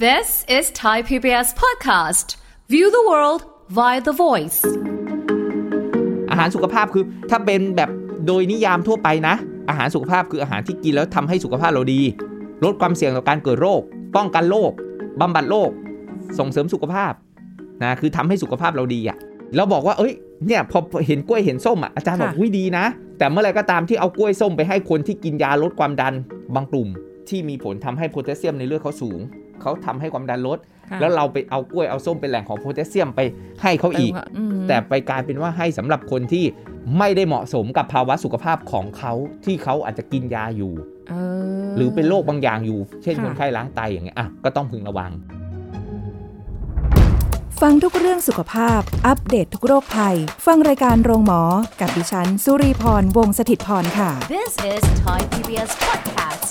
This is Thai PBS podcast. View the world via the voice. อาหารสุขภาพคือถ้าเป็นแบบโดยนิยามทั่วไปนะ อาหารสุขภาพคืออาหารที่กินแล้วทำให้สุขภาพเราดี ลดความเสี่ยงต่อการเกิดโรค ป้องกันโรคบำบัดโรคส่งเสริมสุขภาพนะคือทำให้สุขภาพเราดีอะ่ะเราบอกว่าเอ้ยเนี่ยพอเห็นกล้วยเห็นส้มอะ่ะอาจารย์ ค่ะ บอกวิดีนะ แต่เมื่อไหรก็ตามที่เอากล้วยส้มไปให้คนที่กินยาลดความดันบางกลุ่ม ที่มีผลทำให้โพแทสเซียมในเลือดเขาสูงเขาทำให้ความดันลด ค่ะ แล้วเราไปเอากล้วยเอาส้มเป็นแหล่งของโพแทสเซียมไปให้เขาอีก แปลว่าอืม แต่ไปกลายเป็นว่าให้สำหรับคนที่ไม่ได้เหมาะสมกับภาวะสุขภาพของเขาที่เขาอาจจะกินยาอยู่ เออ หรือเป็นโรคบางอย่างอยู่ เช่น ค่ะ คนไข้ล้างไตอย่างเงี้ยอ่ะก็ต้องพึงระวัง ฟังทุกเรื่องสุขภาพ อัปเดตทุกโรคภัย ฟังรายการโรงหมอ กับดิฉัน สุรีพร วงศิตพรค่ะ This is Thai PBS podcast.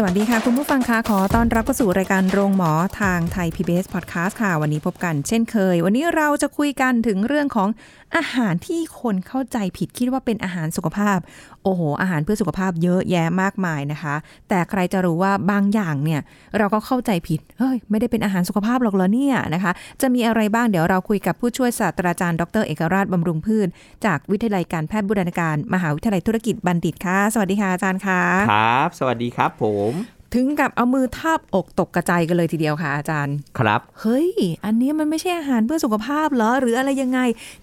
สวัสดีค่ะ คุณผู้ฟังคะขอต้อนรับเข้าสู่รายการโรงหมอทางไทย PBS Podcast ค่ะ วันนี้พบกันเช่นเคย วันนี้เราจะคุยกันถึงเรื่องของอาหารที่คนเข้าใจผิดคิดว่าเป็นอาหารสุขภาพ โอ้โห อาหารเพื่อสุขภาพเยอะแยะมากมายนะคะ แต่ใครจะรู้ว่าบางอย่างเนี่ยเราก็เข้าใจผิดเฮ้ยไม่ได้เป็นอาหารสุขภาพหรอกเหรอเนี่ยนะคะ จะมีอะไรบ้างเดี๋ยวเราคุยกับผู้ช่วยศาสตราจารย์ดรเอกราชบำรุงพืช จากวิทยาลัยการแพทย์บูรณาการ มหาวิทยาลัยธุรกิจบัณฑิตค่ะ สวัสดีค่ะอาจารย์ค่ะ ครับ สวัสดีครับผม ถึงกับเอามือทาบอกตกกระจายกันเลยทีเดียวค่ะอาจารย์ ครับ เฮ้ย อันนี้มันไม่ใช่อาหารเพื่อสุขภาพเหรอ หรืออะไรยังไง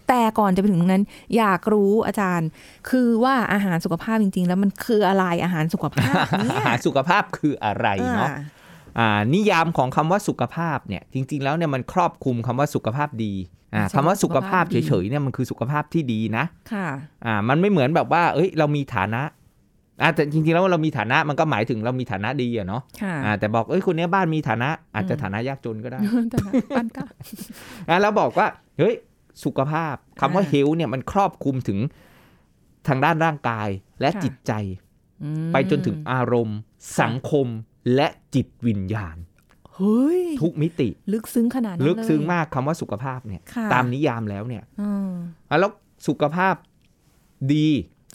แต่ก่อนจะไปถึงตรงนั้น อยากรู้อาจารย์ คือว่าอาหารสุขภาพจริง ๆ แล้วมันคืออะไรอาหารสุขภาพเนี่ อาย หารสุขภาพคือ อะไรเนาะ อ่า อ่านิยามของคำว่าสุขภาพเนี่ยจริง ๆ แล้วเนี่ยมันครอบคลุมคำว่าสุขภาพดีอ่าคำว่าสุขภาพเฉยๆเนี่ยมันคือสุขภาพที่ดีนะ ค่ะ อ่ามันไม่เหมือนแบบว่า เอ้ย เรามีฐานะอ่าแต่จริงๆแล้วเรามีฐานะมันก็หมายถึงเรามีฐานะดีอะเนาะ ค่ะ อ่าแต่บอกเอ้ยคนเนี้ยบ้านมีฐานะ อาจจะฐานะยากจนก็ได้ แต่ละปันก็ อ่าแล้วบอกว่าเฮ้ยสุขภาพคำว่า อ่า เฮลเนี่ยมันครอบคลุมถึงทางด้านร่างกายและ ค่ะ จิตใจ อืม ไปจนถึงอารมณ์ สังคมและจิตวิญญาณ เฮ้ย ทุกมิติ ลึกซึ้งขนาดนั้น ลึกซึ้ง เย มากคำว่าสุขภาพเนี่ย ค่ะ ตามนิยามแล้วเนี่ย อืม อ่ะแล้วสุขภาพดี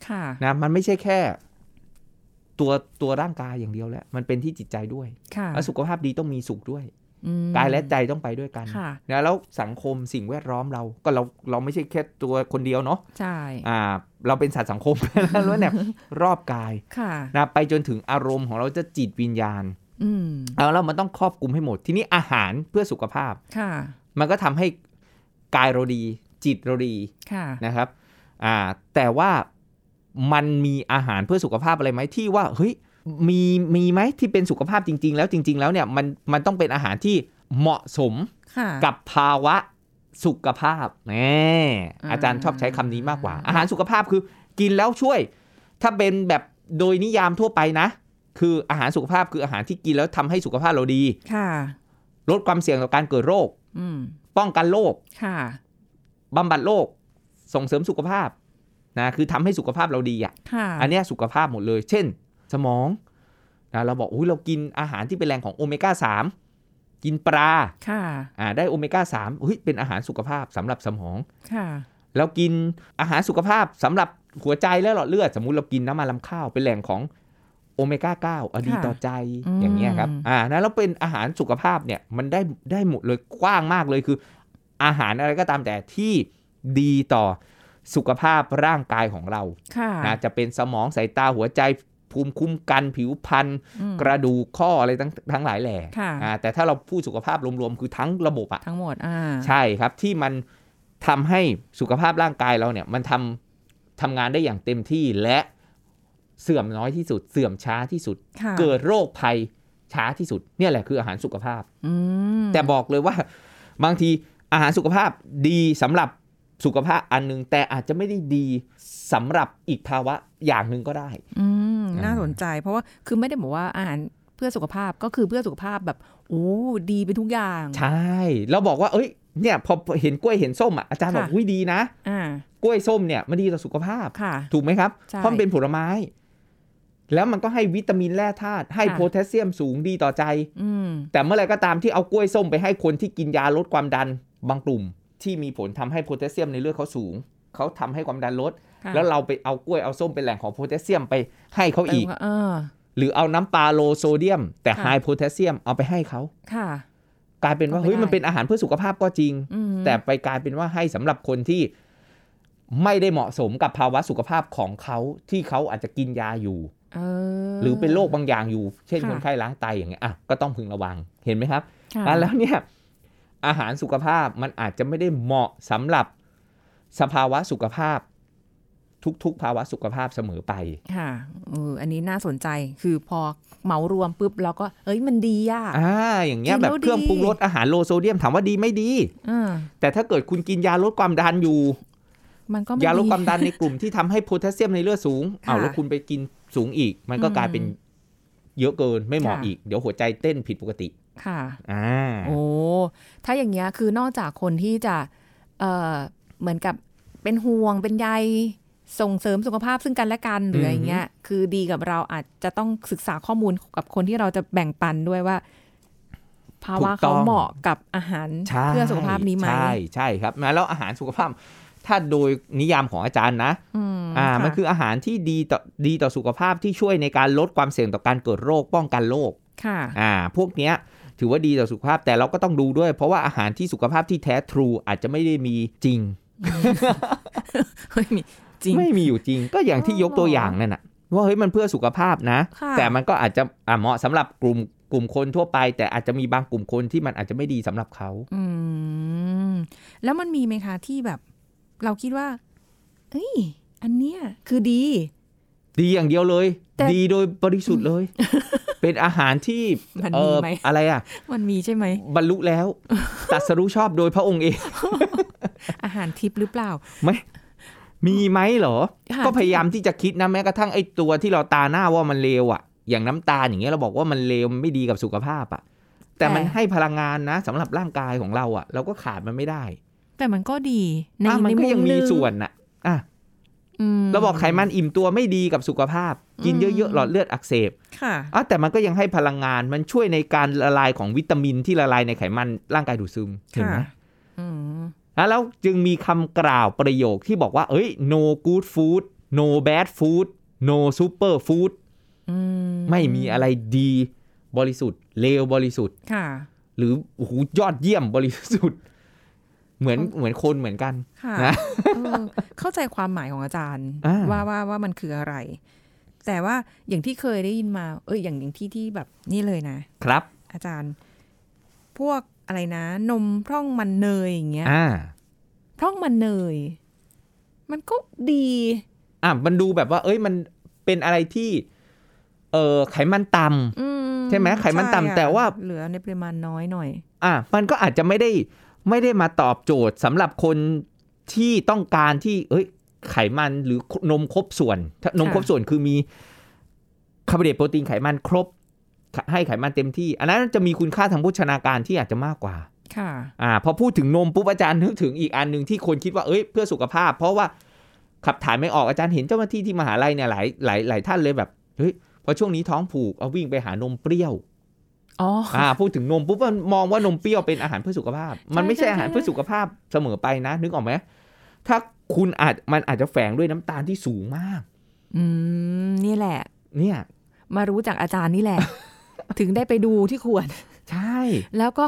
ค่ะ นะมันไม่ใช่แค่ ตัวตัวร่างกายอย่างเดียวแล้ว มันเป็นที่จิตใจด้วย ค่ะ แล้วสุขภาพดีต้องมีสุขด้วย อืม กายและใจต้องไปด้วยกัน ค่ะ นะแล้วสังคมสิ่งแวดล้อมเราก็เราเราไม่ใช่แค่ตัวคนเดียวเนาะ ใช่ อ่า เราเป็นสัตว์สังคม แล้วเนี่ยรอบกาย ค่ะ นะไปจนถึงอารมณ์ของเราจะจิตวิญญาณ อืม เอาแล้วมันต้องครอบคลุมให้หมด ทีนี้อาหารเพื่อสุขภาพ ค่ะ มันก็ทำให้กายเราดี จิตเราดี ค่ะ นะครับอ่าแต่ว่ามันมีอาหารเพื่อสุขภาพอะไรไหมที่ว่าเฮ้ยมีมีไหมที่เป็นสุขภาพจริง ๆ แล้วจริง ๆ แล้วเนี่ยมันมันต้องเป็นอาหารที่เหมาะสม ค่ะ กับภาวะสุขภาพแหม อ่า อาจารย์ชอบใช้คำนี้มากกว่า อาหารสุขภาพคือกินแล้วช่วย ถ้าเป็นแบบโดยนิยามทั่วไปนะ คืออาหารสุขภาพคืออาหารที่กินแล้วทำให้สุขภาพเราดี ค่ะ ลดความเสี่ยงต่อการเกิดโรค อืม ป้องกันโรค ค่ะ บำบัดโรคส่งเสริมสุขภาพนะคือทำให้สุขภาพเราดีอ่ะ ค่ะ อันเนี้ยสุขภาพหมดเลย เช่น สมองนะเราบอกอุ้ยเรากินอาหารที่เป็นแหล่งของโอเมก้า3กินปลา ค่ะ อ่าได้โอเมก้า3เฮ้ยเป็นอาหารสุขภาพสำหรับสมอง ค่ะ เรากินอาหารสุขภาพสำหรับหัวใจและหลอดเลือด สมมุติเรากินน้ำมันลำข้าวเป็นแหล่งของโอเมก้า9อะดี ค่ะ ต่อใจ อืม อย่างเงี้ยครับอ่านะแล้วเป็นอาหารสุขภาพเนี่ยมันได้ได้หมดเลยกว้างมากเลยคือ อาหารอะไรก็ตามแต่ที่ดีต่อสุขภาพร่างกายของเรา ค่ะ นะจะเป็นสมองสายตาหัวใจภูมิคุ้มกันผิวพรรณ อืม กระดูกข้ออะไรทั้งทั้งหลายแหล่ ค่ะ อ่าแต่ถ้าเราพูดสุขภาพรวมๆคือทั้งระบบอะ ทั้งหมด อ่า ใช่ครับที่มันทำให้สุขภาพร่างกายเราเนี่ยมันทำทำงานได้อย่างเต็มที่และเสื่อมน้อยที่สุด เสื่อมช้าที่สุด ค่ะ เกิดโรคภัยช้าที่สุด เนี่ยแหละคืออาหารสุขภาพ อืม แต่บอกเลยว่า บางทีอาหารสุขภาพดีสำหรับสุขภาพอันหนึง แต่อาจจะไม่ได้ดีสำหรับอีกภาวะอย่างหนึ่งก็ได้ อืม น่าสนใจ เพราะว่า คือไม่ได้บอกว่าอาหารเพื่อสุขภาพ ก็คือเพื่อสุขภาพแบบ โอ้ ดีไปทุกอย่าง ใช่ เราบอกว่า เอ้ยเนี่ยพอเห็นกล้วยเห็นส้มอ่ะอาจารย์ ค่ะ บอกวิดีนะ อ่า กล้วยส้มเนี่ยมันดีต่อสุขภาพ ค่ะ ถูกไหมครับ ใช่ เพราะมันเป็นผลไม้ แล้วมันก็ให้วิตามินแร่ธาตุ ให้ ค่ะ โพแทสเซียมสูงดีต่อใจ อืม แต่เมื่อไหรก็ตามที่เอากล้วยส้มไปให้คนที่กินยาลดความดัน บางกลุ่ม ที่มีผลทำให้โพแทสเซียมในเลือดเขาสูง เขาทำให้ความดันลด ค่ะ แล้วเราไปเอากล้วยเอาส้มเป็นแหล่งของโพแทสเซียมไปให้เขา แปล อีก ว่าเออ หรือเอาน้ำปลาโลโซเดียม แต่ไฮ ค่ะ โพแทสเซียมเอาไปให้เขา ค่ะ กลายเป็นว่า เอาไป เฮ้ย ได้ มันเป็นอาหารเพื่อสุขภาพก็จริง อืม แต่ไปกลายเป็นว่าให้สำหรับคนที่ไม่ได้เหมาะสมกับภาวะสุขภาพของเขาที่เขาอาจจะกินยาอยู่ เออ หรือเป็นโรคบางอย่างอยู่ เช่น ค่ะ คนไข้ล้างไตอย่างเงี้ยอ่ะก็ต้องพึงระวังเห็นไหมครับ ค่ะ อ่ะแล้วเนี่ยอาหารสุขภาพมันอาจจะไม่ได้เหมาะสำหรับสภาวะสุขภาพ ทุกๆ ภาวะสุขภาพเสมอไป ค่ะเอออันนี้น่าสนใจคือพอเหมารวมปุ๊บเราก็เอ้ยมันดีอ่ะ อ่าอย่างเงี้ย กิน แบ แล้ บ ว เครื่อง ดี ปรุงรสอาหารโลโซเดียมถามว่าดีไม่ดี อ่า แต่ถ้าเกิดคุณกินยาลดความดันอยู่ มันก็ไม่ ยาลดความดันในกลุ่มที่ทำให้โพแทสเซียมในเลือดสูงเอาแล้วคุณไปกินสูงอีก มันก็กลายเป็นเยอะเกินไม่เหมาะ ค่ะ อีก เดี๋ยวหัวใจเต้นผิดปกติ ค่ะ อ่า โอ้ ถ้าอย่างเงี้ยคือนอกจากคนที่จะเอ่อเหมือนกับเป็นห่วงเป็นใยส่งเสริมสุขภาพซึ่งกันและกันหรืออะไรเงี้ย คือดีกับเราอาจจะต้องศึกษาข้อมูลกับคนที่เราจะแบ่งปันด้วยว่า ภาวะเขาเหมาะกับอาหาร ใช่ เพื่อสุขภาพนี้ไหม ใช่ใช่ครับนะแล้วอาหารสุขภาพ ถ้าโดยนิยามของอาจารย์นะ อืม อ่า ค่ะ มันคืออาหารที่ดีต่อดีต่อสุขภาพที่ช่วยในการลดความเสี่ยงต่อการเกิดโรคป้องกันโรค ค่ะ อ่า พวกเนี้ยถือว่าดีต่อสุขภาพแต่เราก็ต้องดูด้วย เพราะว่าอาหารที่สุขภาพที่แท้ทรูอาจจะไม่ได้มีจริง เฮ้ยมีจริง ไม่มีอยู่จริง ก็อย่างที่ยกตัวอย่างนั่นน่ะว่าเฮ้ยมันเพื่อสุขภาพนะ ค่ะ แต่มันก็อาจจะอ่ะเหมาะสำหรับกลุ่มกลุ่มคนทั่วไป แต่อาจจะมีบางกลุ่มคนที่มันอาจจะไม่ดีสำหรับเขา อืม แล้วมันมีไหมคะที่แบบ เราคิดว่าเอ้ย อันเนี้ยคือดี ดีอย่างเดียวเลย แต่ ดีโดยบริสุทธิ์ เลย เป็นอาหารที่ มัน เอ มี อ ไหม อะไรอ่ะ มันมีใช่ไหม บรรลุแล้วตรัสรู้ชอบโดยพระองค์เอง อาหารทิพย์หรือเปล่า ไม่มีไหมเหรอ หา ก็พยายามที่จะคิดนะแม้กระทั่งไอ้ตัวที่เราตาหน้าว่ามันเลวอะ่ะ อย่างน้ำตาลอย่างเงี้ยเราบอกว่ามันเลวมันไม่ดีกับสุขภาพอะ่ะ แต่มันให้พลังงานนะสำหรับร่างกายของเราอะ่ะ เราก็ขาดมันไม่ได้ แต่มันก็ดีใน อ่ะมั ใน ก็ มุ ยั มห มี นึ่ง ส่วนน่ะอ่ะ อืม เราบอกไขมันอิ่มตัวไม่ดีกับสุขภาพ กินเย อื อะ ม ๆหลอดเลือดอักเสบ ค่ะ อ่ะแต่มันก็ยังให้พลังงานมันช่วยในการละลายของวิตามินที่ละลายในไขมันร่างกายดูดซึมเห็นไหม ค่ะ อืม นะแล้วจึงมีคำกล่าวประโยคที่บอกว่า เอ้ย no good food no bad food no super food อืม ไม่มีอะไรดีบริสุทธิ์ เลวบริสุทธิ์ ค่ะ หรือโอ้โหยอดเยี่ยมบริสุทธิ์ เหมือนเหมือนคนเหมือนกัน ค่ะ นะ เออเข้าใจความหมายของอาจารย์ อ่า ว่าว่าว่ามันคืออะไร แต่ว่าอย่างที่เคยได้ยินมา เอออย่างอย่างที่ที่แบบนี่เลยนะ ครับ อาจารย์ พวกอะไรนะ นมพร่องมันเนยอย่างเงี้ย อ่า พร่องมันเนย มันก็ดี อ่ะมันดูแบบว่า เอ้ยมันเป็นอะไรที่ เออไขมันต่ำ อืม ใช่ไหมไขมันต่ำ ใช่อะ แต่ว่า เหลือในปริมาณน้อยหน่อย อ่ะมันก็อาจจะไม่ได้ไม่ได้มาตอบโจทย์สำหรับคนที่ต้องการที่ เอ้ย ไขมันหรือนมครบส่วนถ้านม ค่ะ ครบส่วนคือมีคาร์โบไฮเดรตโปรตีนไขมันครบ ให้ไขมันเต็มที่ อันนั้นจะมีคุณค่าทางโภชนาการที่อาจจะมากกว่า ค่ะ อ่าพอพูดถึงนมปุ๊บอาจารย์นึกถึงอีกอันหนึ่งที่คนคิดว่าเอ้ยเพื่อสุขภาพ เพราะว่าขับถ่ายไม่ออกอาจารย์เห็นเจ้าหน้าที่ที่มหาลัยเนี่ยหลายหลายหลายท่านเลยแบบเฮ้ยพอช่วงนี้ท้องผูกเอาวิ่งไปหานมเปรี้ยว อ๋อ อ่าพูดถึงนมปุ๊บมันมองว่านมเปรี้ยวเป็นอาหารเพื่อสุขภาพ มันไม่ใช่อาหารเพื่อสุขภาพเสมอไปนะ นึกออกไหมถ้าคุณอาจมันอาจจะแฝงด้วยน้ำตาลที่สูงมาก อืม นี่แหละ เนี่ย มารู้จากอาจารย์นี่แหละ ถึงได้ไปดูที่ขวด ใช่ แล้วก็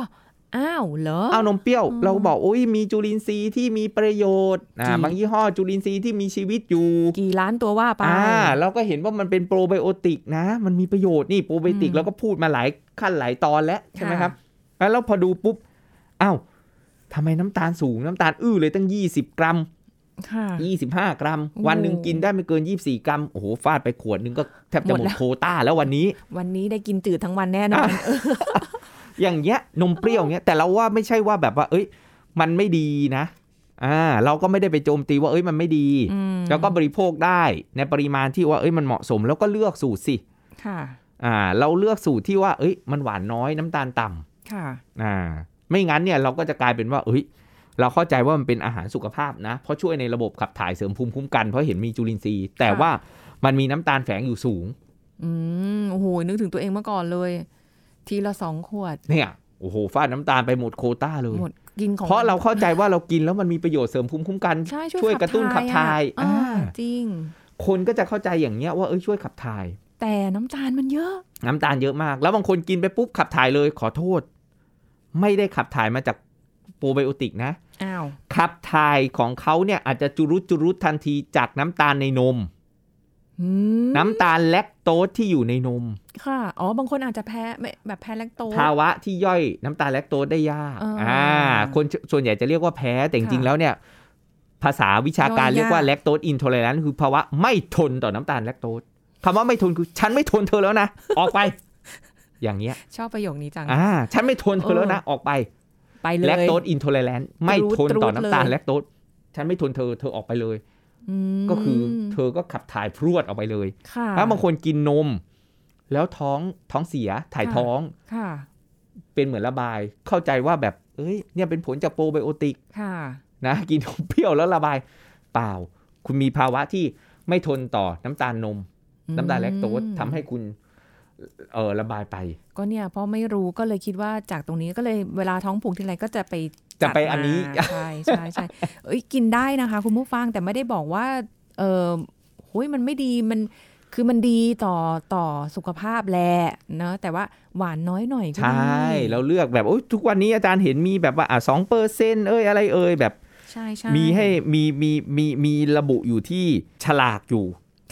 อ้าวเหรอ เอานมเปรี้ยว อืม เราบอกอุ้ยมีจุลินทรีย์ที่มีประโยชน์อ่า จริง บางยี่ห้อจุลินทรีย์ที่มีชีวิตอยู่ กี่ล้านตัวว่าไป อ่าเราก็เห็นว่ามันเป็นโปรไบโอติกนะ มันมีประโยชน์นี่โปรไบโอติก อืม เราก็พูดมาหลายขั้นหลายตอนแล้วใช่ไหม ค่ะ ครับ แล้วพอดูปุ๊บอ้าวทำไมน้ำตาลสูงน้ำตาลอื้อเลยตั้ง 20 กรัม ค่ะ 25 กรัม โอ้ วันหนึ่งกินได้ไม่เกิน 24 กรัม โอ้โห ฟาดไปขวดหนึงก็แทบจะ ห ห ม มดดแล้ว โควต้าแล้ววันนี้ วันนี้ได้กินจืดทั้งวันแน่นอน อย่างเงี้ยนมเปรี้ยวเงี้ยแต่เราว่าไม่ใช่ว่าแบบว่า เอ้ย มันไม่ดีนะอ่าเราก็ไม่ได้ไปโจมตีว่าเอ้ยมันไม่ดี อืม แล้วก็บริโภคได้ในปริมาณที่ว่าเอ้ยมันเหมาะสมแล้วก็เลือกสูตรสิ ค่ะ อ่า เราเลือกสูตรที่ว่า เอ้ย มันหวานน้อยน้ำตาลต่ำ ค่ะ อ่า ไม่งั้นเนี่ยเราก็จะกลายเป็นว่า เอ้ย เราเข้าใจว่ามันเป็นอาหารสุขภาพนะเพราะช่วยในระบบขับถ่ายเสริมภูมิคุ้มกันเพราะเห็นมีจุลินทรีย์ แต่ว่ามันมีน้ำตาลแฝงอยู่สูง อืม โอ้โห นึกถึงตัวเองเมื่อก่อนเลย ทีละสองขวด เนี่ยโอ้โหฟาดน้ำตาลไปหมดโควต้าเลย หมดกินของ เพราะเราเข้าใจว่าเรากินแล้วมันมีประโยชน์เสริมภูมิคุ้มกัน ใช่ ช่ ช่ วยกระตุ้นขับถ่าย อ่ะอ่า อ่า จริง คนก็จะเข้าใจอย่างเงี้ยว่าเอ้ยช่วยขับถ่าย แต่น้ำตาลมันเยอะ น้ำตาลเยอะมาก แล้วบางคนกินไปปุ๊บขับถ่ายเลยขอโทษ ไม่ได้ขับถ่ายมาจากโปรไบโอติกนะ อ้าว ขับถ่ายของเขาเนี่ยอาจจะจุรุจุรุทันทีจากน้ำตาลในนม อืม น้ำตาลแลคโตสที่อยู่ในนม ค่ะ อ๋อ บางคนอาจจะแพ้ไม่แบบแพ้แลคโตส ภาวะที่ย่อยน้ำตาลแลคโตสได้ยาก อ่า คนส่วนใหญ่จะเรียกว่าแพ้แต่จริงๆ ค่ะ แล้วเนี่ย ภาษาวิชาการ ย่อยยาก เรียกว่าแลคโตสอินท l e เ a น t คือภาวะไม่ทนต่อน้ำตาลแลคโตสคำว่าไม่ทนคือฉันไม่ทนเธอแล้วนะ ออกไป อย่างเงี้ย ชอบประโยคนี้จัง อ่าฉันไม่ทนเธอแล้วนะ ออกไป ไปเลย แลคโตสอินโทเลแลนต์ไม่ทน ตรูด ต่อน้ำตาล เลย แลคโตสฉันไม่ทนเธอเธอออกไปเลย อืม ก็คือเธอก็ขับถ่ายพรวดออกไปเลย ค่ะ ถ้าบางคนกินนม แล้วท้องท้องเสียถ่ายท้อง ค่ะ เป็นเหมือนระบาย เข้าใจว่าแบบเอ้ยเนี่ยเป็นผลจากโปรไบโอติก ค่ะ นะ กินนมเปรี้ยวแล้วระบาย เปล่า คุณมีภาวะที่ไม่ทนต่อน้ำตาลนม น้ำตาลแลคโตสทำให้คุณเออระบายไป ก็เนี่ยเพราะไม่รู้ก็เลยคิดว่าจากตรงนี้ก็เลยเวลาท้องผูกทีไรก็จะไป จะไป จัดมา อันนี้ ใช่ใช่ใช่เอ้ยกินได้นะคะ คุณผู้ฟังแต่ไม่ได้บอกว่า เออโห้ยมันไม่ดีมันคือมันดีต่อต่อสุขภาพแหละเนอะแต่ว่าหวานน้อยหน่อยก็ ใช ได้ ่เราเลือกแบบโอ้ยทุกวันนี้อาจารย์เห็นมีแบบว่าอ่ะสองเปอร์เซ็นเอ้ยอะไรเอ้ยแบบ ใช่ใช่ มีให้มีมีมีมีระบุอยู่ที่ฉลากอยู่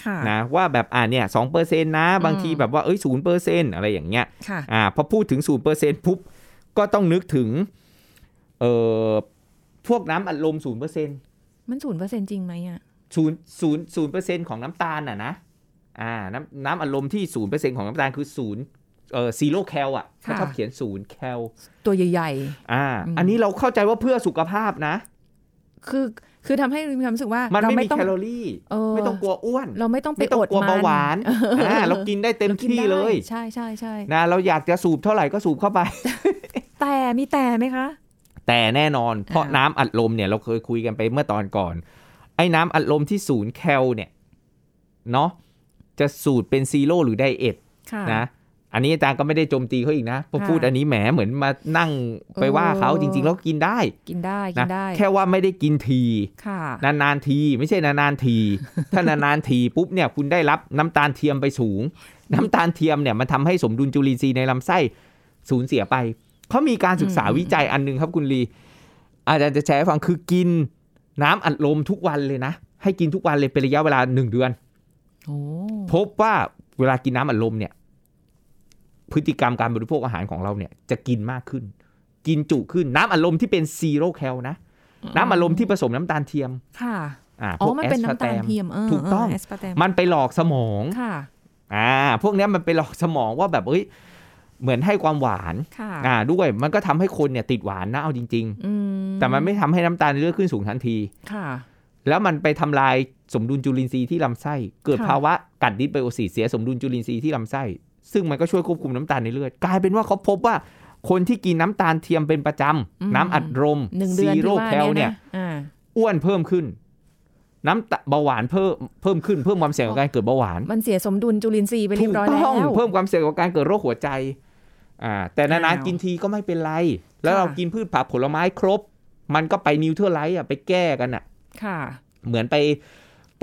ค่ะ นะว่าแบบอ่าเนี่ยสองเปอร์เซ็นนะ บาง อืม ทีแบบว่าเอ้ยศูนย์เปอร์เซ็นอะไรอย่างเงี้ย ค่ะ อ่าพอพูดถึงศูนย์เปอร์เซ็นปุ๊บก็ต้องนึกถึงเอ่อพวกน้ำอัดลมศูนย์เปอร์เซ็น มันศูนย์เปอร์เซ็นจริงไหมอ่ะ ศูนย์ศูนย์ศูนย์เปอร์เซ็นของน้ำตาลอ่ะนะอ่าน้ำน้ำอัดลมที่ศูนย์เปอร์เซ็นของน้ำตาลคือศูนย์เอ่อซีโร่แคลอ่ะเขาชอบเขียนศูนย์แคล ตัวใหญ่ อ่า อืม อันนี้เราเข้าใจว่าเพื่อสุขภาพนะ ๆ คือคือทำให้มีความรู้สึกว่า มัน เรา ไม่ ไม่ มี ต้อง แคลอรี่ เออ ไม่ต้องกลัวอ้วน เราไม่ต้องไป ไม่ต้อ อง ด กลัว มัน เบาหวานอ่าเรากินได้เต็ม กิน ที่ ได้ เลย ใช่ใช่ใช่ นะเราอยากจะสูบเท่าไหร่ก็สูบเข้าไป แต่มีแต่ไหมคะ แต่แน่นอนเพราะ อ่า น้ำอัดลมเนี่ยเราเคยคุยกันไปเมื่อตอนก่อน ไอ้น้ำอัดลมที่ศูนย์แคลเนี่ยเนาะจะสูตรเป็นซีโร่หรือไดเอท ค่ะ นะ อันนี้อาจารย์ก็ไม่ได้โจมตีเขาอีกนะพอ ค่ะ พูดอันนี้แหมเหมือนมานั่งไปว่าเขา เออ จริงๆแล้วกินได้ กินได้ กิ นะ นได้ แค่ว่าไม่ได้กินที ค่ะ นานๆทีไม่ใช่นานๆที ถ้านานๆทีปุ๊บเนี่ยคุณได้รับน้ำตาลเทียมไปสูง น้ำตาลเทียมเนี่ยมันทำให้สมดุลจุลินทรีย์ในลำไส้สูญเสียไปเขามีการศึกษา อืม วิจัยอันหนึงครับคุณลี อาจารย์จะแชร์ให้ฟังคือกินน้ำอัดลมทุกวันเลยนะ ให้กินทุกวันเลยเป็นระยะเวลาหนึ่งเดือน โอ้ พบว่าเวลากินน้ำอัดลมเนี่ยพฤติกรรมการบริโภคอาหารของเราเนี่ยจะกินมากขึ้น กินจุขึ้นน้ำอัดลมที่เป็นซีโร่แคลนะ น้ำอัดลมที่ผสมน้ำตาลเทียม ค่ะ อ่า อ๋อ พวก มันเป็นน้ำตาแอสพาลร์แม เทียมเออ ถูกต้อง เแอสปาร์แตม มันไปหลอกสมอง ค่ะ อ่า พวกเนี้ยมันไปหลอกสมองว่าแบบเอ้ย เหมือนให้ความหวาน ค่ะ อ่า ด้วย มันก็ทำให้คนเนี่ยติดหวานนะ เอาจริง อืม ๆ แต่มันไม่ทำให้น้ำตาลในเลือดขึ้นสูงทันที ค่ะ แล้วมันไปทำลายสมดุลจุลินทรีย์ที่ลำไส้ เกิด ค่ะ ภาวะกัดดิสไบโอซิสเสียสมดุลจุลินทรีย์ที่ลำไส้ ซึ่งมันก็ช่วยควบคุมน้ำตาลในเลือด กลายเป็นว่าเขาพบว่า คนที่กินน้ำตาลเทียมเป็นประจำน้ำอัดลม หนึ่งเดือน ซีโร่ ที่ว่า แคลเนี่ย ะอ่า อ้วนเพิ่มขึ้น น้ำตาเบาหวานเพิ่มเพิ่มขึ้นเพิ่มความเสี่ยงของการเกิดเบาหวาน มันเสียสมดุลจุลินทรีย์ไปเรียบร้อยแล้ว ถูกต้องเพิ่มความเสี่ยงของการเกิดโรคหัวใจ อ่า แต่นาน อ้าว ๆกินทีก็ไม่เป็นไร แล้วเรา ค่ะ กินพืชผักผลไม้ครบ มันก็ไปนิวเทอร์ไลท์อ่ะไปแก้กันอ่ะ ค่ะ เหมือนไป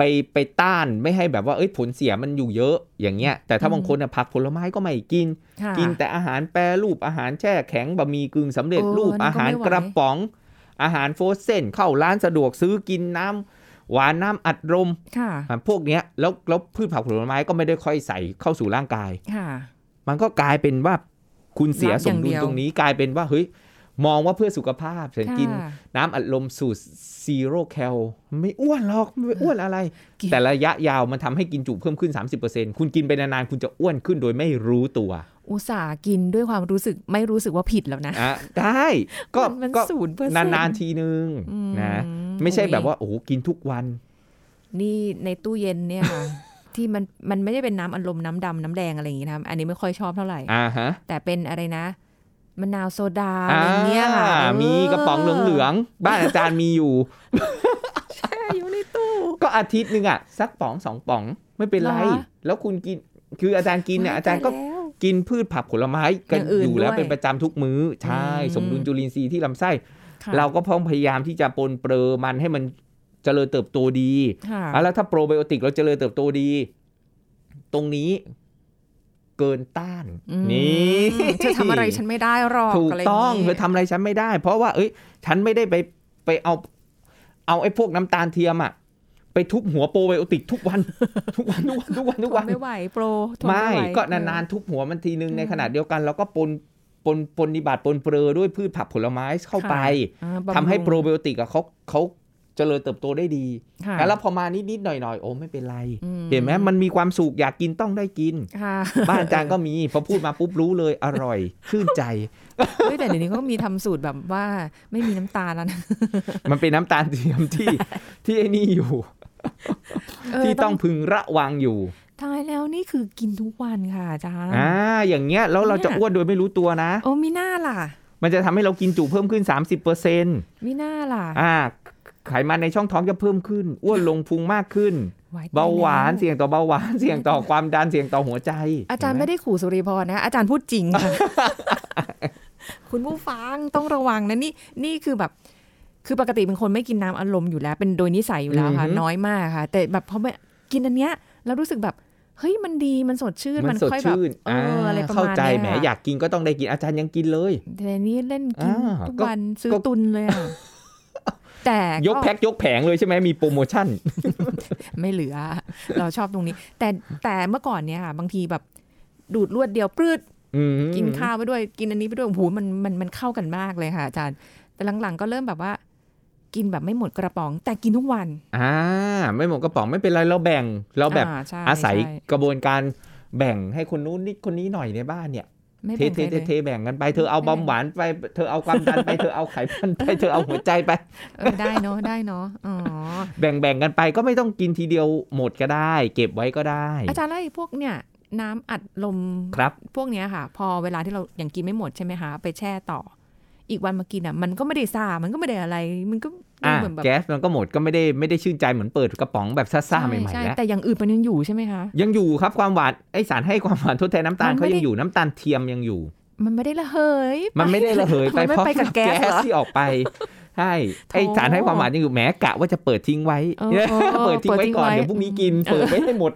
ไปไปต้านไม่ให้แบบว่าเอ้ยผลเสียมันอยู่เยอะอย่างเงี้ย แต่ถ้า อืม บางคนอ่ะผักผลไม้ก็ไม่กิน ค่ะ กินแต่อาหารแปรรูปอาหารแช่แข็งบะหมี่กึ่งสำเร็จ เออ รูป อันอานี้ก็หารกระป๋อง อาหารโฟรเซนเข้าร้านสะดวกซื้อกินน้ำหวานน้ำอัดลม ค่ะ อ่ะพวกเนี้ยแล้วแล้วพืชผักผลไม้ก็ไม่ได้ค่อยใส่เข้าสู่ร่างกาย ค่ะ มันก็กลายเป็นว่าคุณเสีย รับ ส อย่าม ง ดุ เดี ล ยว ตรงนี้กลายเป็นว่าเฮ้ยมองว่าเพื่อสุขภาพฉันกิน ค่ะ น้ำอัดลมสูตรซีโร่แคลไม่อ้วนหรอกไม่อ้วนอะไร กิน แต่ระยะยาวมันทำให้กินจุเพิ่มขึ้น 30%คุณกินไปนานๆ คุณจะอ้วนขึ้นโดยไม่รู้ตัว อุตส่าห์กินด้วยความรู้สึกไม่รู้สึกว่าผิดแล้วนะ อ่ะได้ก็ มันมัน ก็ ศูนย์เปอร์เซ็นต์ นานๆทีนึง อืม นะ ไม่ใช่ โอ้ย แบบว่าโอ้โหกินทุกวัน นี่ในตู้เย็นเนี่ยค่ะ ที่มันมันไม่ได้เป็นน้ำอัดลมน้ำดำน้ำแดงอะไรอย่างงี้นะครับอันนี้ไม่ค่อยชอบเท่าไหร่ อ่าฮะ แต่เป็นอะไรนะมะนาวโซดา อ อะไรเงี้ยค่ะ ่า เออ มีกระป๋องเหลืองๆบ้านอาจารย์มีอยู่ แช่อยู่ในตู้ ก็อาทิตย์หนึ่งอะสักป๋องสองป๋องไม่เป็นไร เหรอ แล้วคุณกินคืออาจารย์กินเนี่ยอาจารย์ก็ แล้ว กินพืชผักผลไม้กัน อย่างอื่น อยู่แล้ว ด้วย เป็นประจำทุกมื้อใช่ อืม สมดุลจุลินทรีย์ที่ลำไส้ ค่ะ เราก็พองพยายามที่จะปนเปรอมันให้มันเจริญเติบโตดี ค่ะ อ่ะแล้วถ้าโปรไบโอติกเราเจริญเติบโตดี ตรงนี้ เกินต้าน อืม นี่ เธอทำอะไรฉันไม่ได้หรอก ถูก ะไรย่า ต้อง นี้ เธอทำอะไรฉันไม่ได้ เพราะว่าเอ้ย ฉันไม่ได้ไปไปเอา เอาไอ้พวกน้ำตาลเทียมอะไปทุบหัวโปรไบโอติกทุกวัน ทุกวันทุกวันทุกวันทุก ท วัน น ไม่ไหวโปรทน ไม่ ไหว ก็นานๆทุบหัวมันทีนึงในขณะเดียวกันเราก็ปนปนปนนิบัติปนเปลือด้วยพืชผักผลไม้เข้าไป เอออ่าบำรุง ทำให้โปรไบโอติกอะเขาเขาเจริญเติบโตได้ดี ค่ะ แล้วพอมานิดๆหน่อยๆโอ้ไม่เป็นไร อื เห็นไหมมันมีความสุขอยากกินต้องได้กิน ค่ะ บ้านอาจางก็มีพอพูดมาปุ๊บรู้เลยอร่ อยชื่นใจ เฮ้ยแต่เดี๋ยวนี้เขาก็มีทำสูตรแบบว่าไม่มีน้ำตาลแล้วนะ มันเป็นน้ำตาลเทียมที่ ที่ไอ้นี่อยู่ เ ที่ต้องพึงระวังอยู่ ตายแล้วนี่คือกินทุกวันค่ะอาจารย์ อ่าอย่างเงี้ยแล้วเราจะ เนี่ย อ้วนโดยไม่รู้ตัวนะ โอ้มิน่าล่ะ มันจะทำให้เรากินจุเพิ่มขึ้น 30%อร์เซ มิน่าล่ะ อ่าไขมันในช่องท้องจะเพิ่มขึ้น อ้วนลงพุงมากขึ้น ไตย เบาหวาน แล้ว เสี่ยงต่อเบาหวาน เสี่ยงต่อความดันเสี่ยงต่อหัวใจ อาจารย์ เห็นห ไม่ได้ขู่สุริพรนะ อาจารย์พูดจริงค่ะ คุณผู้ฟังต้องระวังนะนี่นี่คือแบบ คือปกติเป็นคนไม่กินน้ำอารมณ์อยู่แล้ว เป็นโดยนิสัยอยู่แล้วค่ะ น้อยมากค่ะ แต่แบบพอมากินอันเนี้ยแล้วรู้สึกแบบ เฮ้ยมันดีมันสดชื่น มันสด ค่อยแบบ ชื่น เอออะไรประ เข้า มาณ ใจ เนี้ย แหม ค่ะ อยากกินก็ต้องได้กินอาจารย์ยังกินเลย แต่นี่เล่นกิน อ่า ทุก ก็ วันซื้อ ก็ ตุน เลยอะแต่ ยกแพ็คยกแผงเลยใช่ไหมมีโปรโมชั่น ไม่เหลือ เราชอบตรงนี้ แต่แต่เมื่อก่อนเนี่ยค่ะ บางทีแบบดูดรวดเดียวปลืด อืม กินข้าวไปด้วยกินอันนี้ไปด้วยโอ้โหมันมันมันเข้ากันมากเลยค่ะอาจารย์ แต่หลังๆก็เริ่มแบบว่า กินแบบไม่หมดกระป๋อง แต่กินทุกวัน อ่าไม่หมดกระป๋องไม่เป็นไรเราแบ่งเราแบบ ใช่ อาศัย ใช่ กระบวนการแบ่งให้คนนู้นนิดคนนี้หน่อยในบ้านเนี่ย ไม่ เท แบ่ง เทเทใครเลย เทแบ่งกันไปเธอเอาเบาหวานไปเธอเอาความดันไปเธอเอาไขมันไปเธอเอาหัวใจไป เออได้เนาะได้เนาะอ๋อ แบ่งแบ่งกันไปก็ไม่ต้องกินทีเดียวหมดก็ได้ เก็บไว้ก็ได้ อาจารย์ไล่พวกเนี่ย น้ำอัดลม ครับ พวกเนี้ยค่ะ พอเวลาที่เราอย่างกินไม่หมดใช่ไหมคะไปแช่ต่อ อีกวันมากินอ่ะ มันก็ไม่ได้ซามันก็ไม่ได้อะไร มันก็ดู อ่า เหมือนแบบ แก๊สมันก็หมดก็ไม่ได้ไม่ได้ชื่นใจเหมือนเปิดกระป๋องแบบซ่าๆใหม่ ใช่ ๆแล้ว แต่อย่างอื่นมันยังอยู่ใช่ไหมคะ ยังอยู่ครับความหวานไอสารให้ความหวานทดแทนน้ำตาล มันไม่ เขา ได้ ยังอยู่น้ำตาลเทียมยังอยู่ มันไม่ได้ระเหยป มันไม่ได้ระเหยไป มันไม่ เพราะ ไปกับแก๊สเหรอ ที่ออกไปใช่ไอ โถ สารให้ความหวานยังอยู่แหมกะว่าจะเปิดทิ้งไว้ เออเออ เออเปิดทิ้ง เปิด ไว้ ทิ้ง ก่อน ไว้ เดี๋ยวพรุ่งนี้กิน เออ เปิดไม่ให้หมด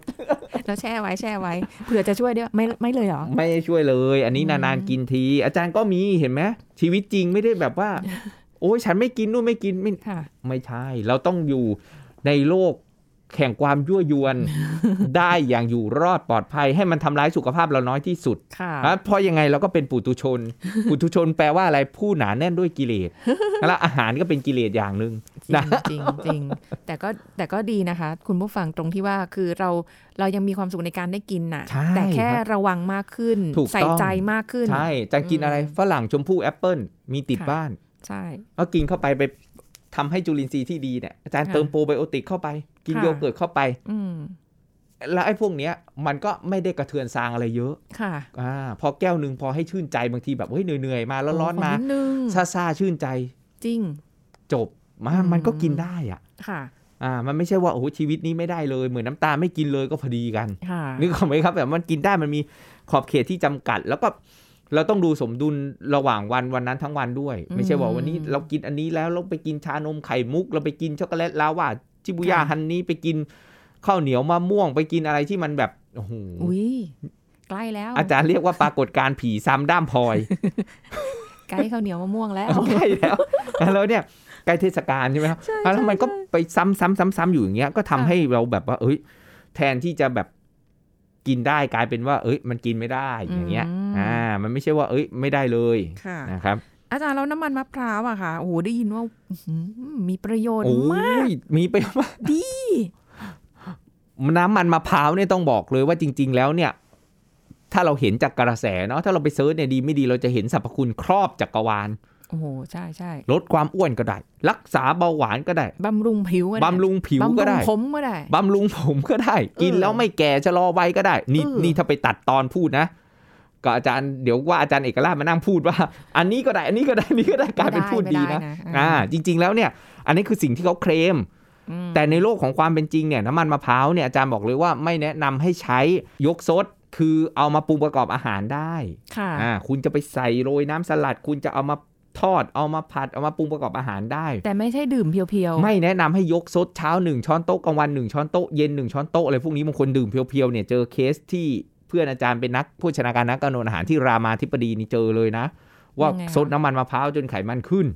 แล้วแช่ไว้แช่ไว้เผื่อจะช่วยด้วยไม่ไม่เลยเหรอ ไม่ช่วยเลย อันนี้ อืม นานๆกินที อาจารย์ก็มีเห็นไหมชีวิตจริงไม่ได้แบบ ว่า โอ้ยฉันไม่กินนู่นไม่กินไม่ ค่ะ ไม่ใช่ เราต้องอยู่ในโลกแข่งความยั่วย วน ได้อย่างอยู่รอดปลอดภัย ให้มันทำร้ายสุขภาพเราน้อยที่สุด ค่ะ อ่ะเพราะยังไงเราก็เป็นปุถุช น ปุถุชนแปลว่าอะไรผู้หนาแน่นด้วยกิเลส แล้วอาหารก็เป็นกิเลสอย่างหนึ่ง จริ นะ งจริงจริงแต่ก็แต่ก็ดีนะคะ คุณผู้ฟังตรงที่ว่าคือเราเรายังมีความสุขในการได้กินน่ะ ใช่ แต่แค่ ครับ ระวังมากขึ้น ถูกต้อง ใส่ใจมากขึ้น ใช่จะกินอะไร อืม ฝรั่งชมพู่แอปเปิลมีติด ค่ะ บ้าน ใช่ ก็กินเข้าไปไปทำให้จุลินทรีย์ที่ดีเนี่ยอาจารย์ ค่ะ เติมโปรไบโอติกเข้าไป กิน ค่ะ โยเกิร์ตเข้าไป อืม แล้วไอ้พวกเนี้ยมันก็ไม่ได้กระเทือนซางอะไรเยอะ ค่ะ อ่าพอแก้วหนึ่งพอให้ชื่นใจบางทีแบบเฮ้ยเหนื่อยๆมาร้อน ข ๆมา นิดนึง ซาๆชื่นใจ จริง จบมา อืม มันก็กินได้อ่ะ ค่ะ อ่ามันไม่ใช่ว่าโอ้โหชีวิตนี้ไม่ได้เลยเหมือนน้ำตาลไม่กินเลยก็พอดีกัน ค่ะ นึกออกไหมครับแบบมันกินได้มันมีขอบเขตที่จำกัด แล้วก็เราต้องดูสมดุลระหว่างวันวันนั้นทั้งวันด้วย อืม ไม่ใช่ว่าวันนี้เรากินอันนี้แล้วเราไปกินชานมไข่มุก เราไปกินช็อกโกแลตลาวาจิบุยา ค่ะ ฮันนี่ไปกินข้าวเหนียวมะม่วงไปกินอะไรที่มันแบบโอ้โห อุ้ยใกล้แล้ว อาจารย์เรียกว่าปรากฏการณ์ผีซ้ำด้ามพลอย ใกล้ข้าวเหนียวมะม่วงแล้ว ใกล้แล้วแล้วเนี่ยใกล้เทศกาลใช่ไหมครับแล้วมันก็ไปซ้ำซ้ำซ้ำซ้ำอยู่อย่างเงี้ยก็ทำ ค่ะ ให้เราแบบว่า เอ้ย แทนที่จะแบบกินได้กลายเป็นว่า เอ้ย มันกินไม่ได้อย่างเงี้ย อืม อ่า มันไม่ใช่ว่า เอ้ย ไม่ได้เลย ค่ะ นะครับ อาจารย์แล้วน้ำมันมะพร้าวอะค่ะโอ้โหได้ยินว่าอื้อหือมีประโยชน์ โอ้ มาก ยมีไปว่า ดี น้ำมันมะพร้าวเนี่ยต้องบอกเลยว่าจริง ๆ แล้วเนี่ย ถ้าเราเห็นจากกระแสเนาะถ้าเราไปเซิร์ชเนี่ยดีไม่ดีเราจะเห็นสรรพคุณครอบจักรวาล โอ้โหใช่ใช่ ลดความอ้วนก็ได้ รักษาเบาหวานก็ได้ บำรุงผิวก็ได้ บำรุงผิวก็ได้ บำรุงผมก็ได้ บำรุงผมก็ได้ กินแล้วไม่แก่ชะลอวัยก็ได้นี่ เออ นี่ถ้าไปตัดตอนพูดนะก็อาจารย์เดี๋ยวว่าอาจารย์เอกราชมานั่งพูดว่า อันนี้ก็ได้ อันนี้ก็ได้อันนี้ก็ได้กลายเป็นพูดดีนะ ไม่ไ อ่าจริง ๆ แล้วเนี่ย อันนี้คือสิ่งที่เขาเคลม อืม แต่ในโลกของความเป็นจริงเนี่ยน้ำมันมะพร้าวเนี่ยอาจารย์บอกเลยว่าไม่แนะนำให้ใช้ยกซด คือเอามาปรุงประกอบอาหารได้ ค่ะ อ่าคุณจะไปใส่โรยน้ำสลัด คุณจะเอามาทอดเอามาผัดเอามาปรุงประกอบอาหารได้ แต่ไม่ใช่ดื่มเพียวๆ ไม่แนะนำให้ยกซดเช้า 1 ช้อนโต๊ะกลางวัน 1 ช้อนโต๊ะเย็น 1 ช้อนโต๊ะอะไรพวกนี้บางคนดื่มเพียวๆเนี่ยเจอเคสที่ พื่อนอาจารย์เป็นนักโภชนาการนักกำหนดอาหารที่รามาธิบดีนี่เจอเลยนะ ว่า ยังไงอะ ซดน้ำมันมะพร้าวจนไขมันขึ้น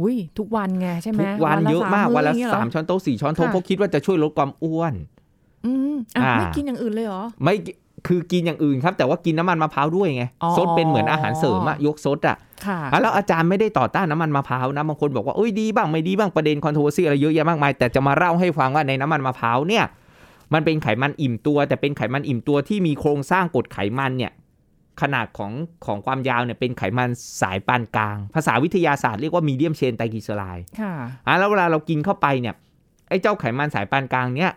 อุ้ยทุกวันไงใช่ไหม ทุกวันเยอะมากวันละ อ สาม อย่งเงี้ยเหรอ ช้อนโต๊ะสี่ช้อนโต๊ะ ค่ะ เพราะคิดว่าจะช่วยลดความอ้วน อืมอ่ะ อ่า ไม่กินอย่างอื่นเลยเหรอ ไม่คือกินอย่างอื่นครับ แต่ว่ากินน้ำมันมะพร้าวด้วยไง อ๋อ ซดเป็นเหมือนอาหารเสริมอะยกซดอะ ค่ะ อ่ะแล้วอาจารย์ไม่ได้ต่อต้านน้ำมันมะพร้าวนะบางคนบอกว่าเอ้ยดีบ้างไม่ดีบ้างประเด็นคอนโทรเซีอะไรเยอะแยะมากมายแต่จะมาเล่าให้ฟังว่าในน้ำมันมะพร้าวเนี่ย มันเป็นไขมันอิ่มตัว แต่เป็นไขมันอิ่มตัวที่มีโครงสร้างกรดไขมันเนี่ย ขนาดของของความยาวเนี่ยเป็นไขมันสายปานกลาง ภาษาวิทยาศาสตร์เรียกว่ามีเดียมเชนไตรกิเซอไรด์ ค่ะ อ่ะแล้วเวลาเรากินเข้าไปเนี่ยไอ้เจ้าไขมันสายปานกลางเนี่ย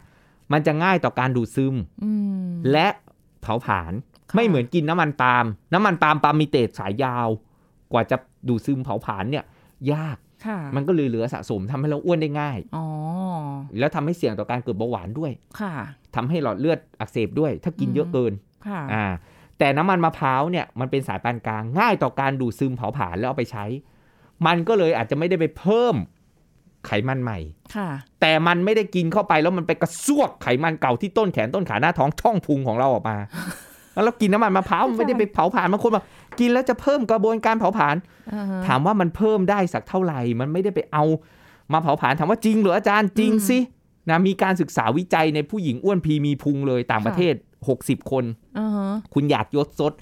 มันจะง่ายต่อการดูดซึม อืม และเผาผลาญ ค่ะ ไม่เหมือนกินน้ำมันปาล์มน้ำมันปาล์มปาล์มมีเตสสายยาว กว่าจะดูดซึมเผาผลาญเนี่ยยาก ค่ะ มันก็เลยเหลือสะสมทำให้เราอ้วนได้ง่าย อ๋อ แล้วทำให้เสี่ยงต่อการเกิดเบาหวานด้วย ค่ะ ทำให้หลอดเลือดอักเสบด้วย ถ้ากินเยอะเกิน ค่ะ อ่าแต่น้ำมันมะพร้าวเนี่ยมันเป็นสายปานกลางง่ายต่อการดูดซึมเผาผลาญแล้วเอาไปใช้ มันก็เลยอาจจะไม่ได้ไปเพิ่มไขมันใหม่ ค่ะ แต่มันไม่ได้กินเข้าไปแล้วมันไปกระซวกไขมันเก่าที่ต้นแขนต้นขาหน้าท้องช่องพุงของเราอ อกมา แล้วเรากินน้ำมันมะพร้าวมันไม่ได้ไปเผาผลาญบางคนบอกกินแล้วจะเพิ่มกระบวนการเผาผลาญ อ่าฮะ ถามว่ามันเพิ่มได้สักเท่าไหร่ มันไม่ได้ไปเอามาเผาผลาญถามว่าจริงเหรืออาจารย์จริง อืม สินะมีการศึกษาวิจัยในผู้หญิงอ้วนพีมีพุงเลยต่างประเทศ 60 คน อ่าฮะ คุณหยาดยศสด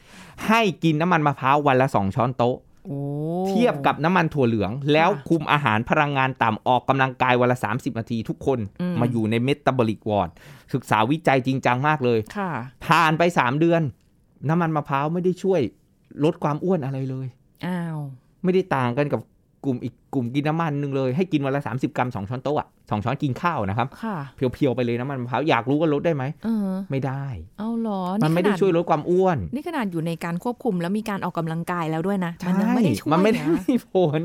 ให้กินน้ำมันมะพร้าววันละสองช้อนโต๊ะ โอ้ เทียบกับน้ำมันถั่วเหลือง แล้วคุมอาหารพลังงานต่ำออกกำลังกายวันละ 30 นาทีทุกคน อืม มาอยู่ในเมตาบอลิกวอร์ดศึกษาวิจัยจริงจังมากเลย ค่ะ ผ่านไป 3 เดือน น้ำมันมะพร้าวไม่ได้ช่วยลดความอ้วนอะไรเลย อ้าว ไม่ได้ต่างกันกับกลุ่มอีกกลุ่มกินน้ำมันหนึ่งเลย ให้กินวันละ 30 กรัม 2 ช้อนโต๊ะอะสองช้อนกินข้าวนะครับ ค่ะ เพียวๆไปเลยน้ำมันมะพร้าวอยากรู้ว่าลดได้ไหม เออ ไม่ได้ เอาเหรอ มันไม่ได้ ขนา ช่วยลดความอ้วน นี่ขนาดอยู่ในการควบคุมแล้วมีการออกกำลังกายแล้วด้วยนะมันยัง ใช่ ไม่ได้ช่วย มันไม่ได้ นะ มีผล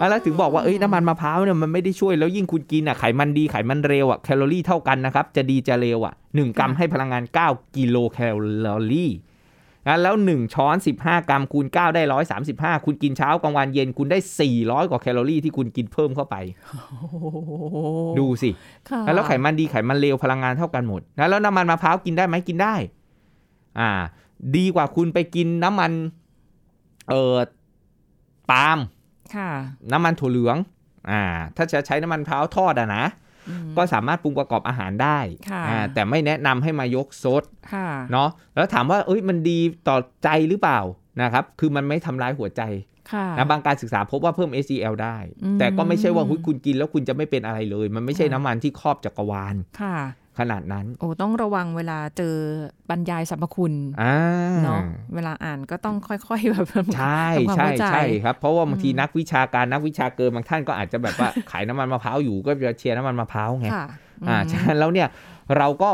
อ่ะแล้วถึงบอกว่าเอ้ยน้ำมันมะพร้าวเนี่ยมันไม่ได้ช่วยแล้วยิ่งคุณกินอ่ะไขมันดีไขมันเร็วอ่ะแคลอรี่เท่ากันนะครับ จะดีจะเร็วอ่ะ 1 กรัมให้พลังงาน 9 กิโลแคลอรี่อ่ะแล้ว 1 ช้อน 15 กรัมคูณ 9 ได้ 135 คุณกินเช้ากลางวันเย็นคุณได้ 400 กว่าแคลอรี่ที่คุณกินเพิ่มเข้าไป โอ้โห ดูสิ ค่ะ อ่ะแล้วไขมันดีไขมันเร็วพลังงานเท่ากันหมดนะแล้วน้ำมันมะพร้าวกินได้ไหมกินได้ อ่า ดีกว่าคุณไปกินน้ำมันเอ่อปาล์ม ค่ะ น้ำมันถั่วเหลือง อ่า ถ้าจะใช้น้ำมันพร้าวทอดอะนะ อืม ก็สามารถปรุงประกอบอาหารได้ ค่ะ อ่าแต่ไม่แนะนำให้มายกซด ค่ะ เนาะ แล้วถามว่า เอ้ย มันดีต่อใจหรือเปล่า นะครับ คือมันไม่ทำร้ายหัวใจ ค่ะ นะบางการศึกษาพบว่าเพิ่ม HDL ได้ อืม แต่ก็ไม่ใช่ว่าหุ้ยคุณกินแล้วคุณจะไม่เป็นอะไรเลย มันไม่ใช่ ค่ะ น้ำมันที่ครอบจักรวาล ค่ะ ขนาดนั้น โอ้ต้องระวังเวลาเจอบรรยายสรรพคุณ อ่า เนาะเวลาอ่านก็ต้องค่อยๆแบบ ใช่ ทำความ ใช่ เข้าใจ ใช่ครับ เพราะว่าบางที อืม นักวิชาการนักวิชาเกินบางท่านก็อาจจะแบบว่า ขายน้ำมันมะพร้าวอยู่ก็จะเชียร์น้ำมันมะพร้าวไง ค่ะ อ่าม ฉะนั้นแล้วเนี่ยเราก็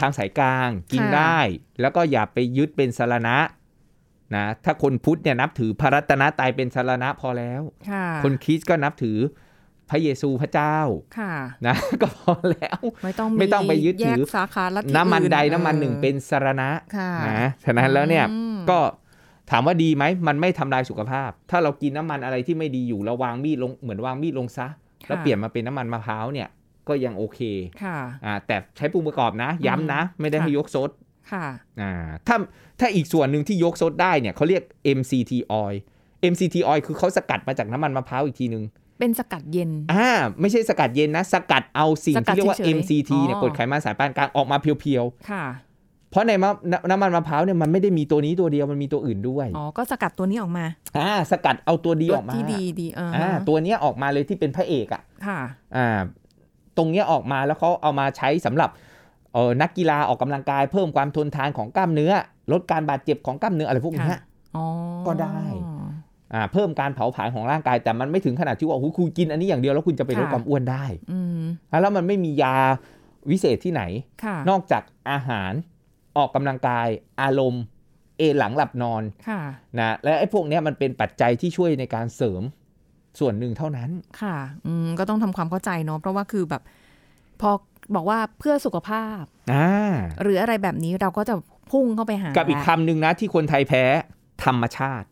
ทางสายกลางกิน ค่ะ ได้ แล้วก็อย่าไปยึดเป็นสารณะนะถ้าคนพุทธเนี่ยนับถือพระรัตนตรัยเป็นสารณะพอแล้ว ค่ะ คนคริสต์ก็นับถือพระเยซูพระเจ้า ค่ะ นะ ก็พอแล้ว ไม่ต้อง ไม่ต้องไปยึดถือ แกสาขาละที่ น้ำมันใด อื่ น้ำมันหนึ่ง ออ เป็นสารณะ ค่ะ นะฉะนั้นแล้วเนี่ย อืม ก็ถามว่าดีไหมมันไม่ทำลายสุขภาพ ถ้าเรากินน้ำมันอะไรที่ไม่ดีอยู่เราวางมีดลงเหมือนวางมีดลงซะ แล้วเปลี่ยนมาเป็นน้ำมันมะพร้าวเนี่ยก็ยังโอเค ค่ะ อ่าแต่ใช้ปรุงประกอบนะ ย้ำนะ ไม่ได้ ค่ะ ให้ยกซด ค่ะ อ่าถ้าถ้าอีกส่วนหนึ่งที่ยกซดได้เนี่ยเขาเรียก MCT oil MCT oil คือเขาสกัดมาจากน้ำมันมะพร้าวอีกทีหนึง เป็นสกัดเย็น อ่าไม่ใช่สกัดเย็นนะ สกัดเอาสิ่ง สกัด ที่เรียกว่า เฉยๆ MCT เนี่ย อ๋อ กรดไขมันสายปานกลางออกมาเพียว ค่ะ ๆ เพราะในมะน้ำน้ำมันมะพร้าวเนี่ยมันไม่ได้มีตัวนี้ตัวเดียวมันมีตัวอื่นด้วย อ๋อก็สกัดตัวนี้ออกมา อ่าสกัดเอาตัวดีออกมา ที่ดีดีเอออ อ่าตัวเนี้ยออกมาเลยที่เป็นพระเอกอ่ะ ค่ะ อ่าตรงเนี้ยออกมาแล้วเขาเอามาใช้สำหรับเออนักกีฬาออกกำลังกายเพิ่มความทนทานของกล้ามเนื้อ ลดการบาดเจ็บของกล้ามเนื้ออะไรพวกเนี้ย ค่ะ อ๋อ ก็ได้ อ่าเพิ่มการเผาผลาญของร่างกาย แต่มันไม่ถึงขนาดที่ว่าโอ้โหคุณกินอันนี้อย่างเดียวแล้วคุณจะไปลดความอ้วนได้ อืม อ่ะแล้วมันไม่มียาวิเศษที่ไหน ค่ะ นอกจากอาหารออกกำลังกาย อารมณ์ เอนหลังหลับนอน ค่ะ นะและไอ้พวกเนี้ยมันเป็นปัจจัยที่ช่วยในการเสริมส่วนหนึ่งเท่านั้น ค่ะอืมก็ต้องทำความเข้าใจเนาะเพราะว่าคือแบบ พอบอกว่าเพื่อสุขภาพ อ่า หรืออะไรแบบนี้เราก็จะพุ่งเข้าไปหา กับอีก แล้ว คำหนึ่งนะที่คนไทยแพ้ธรรมชาติ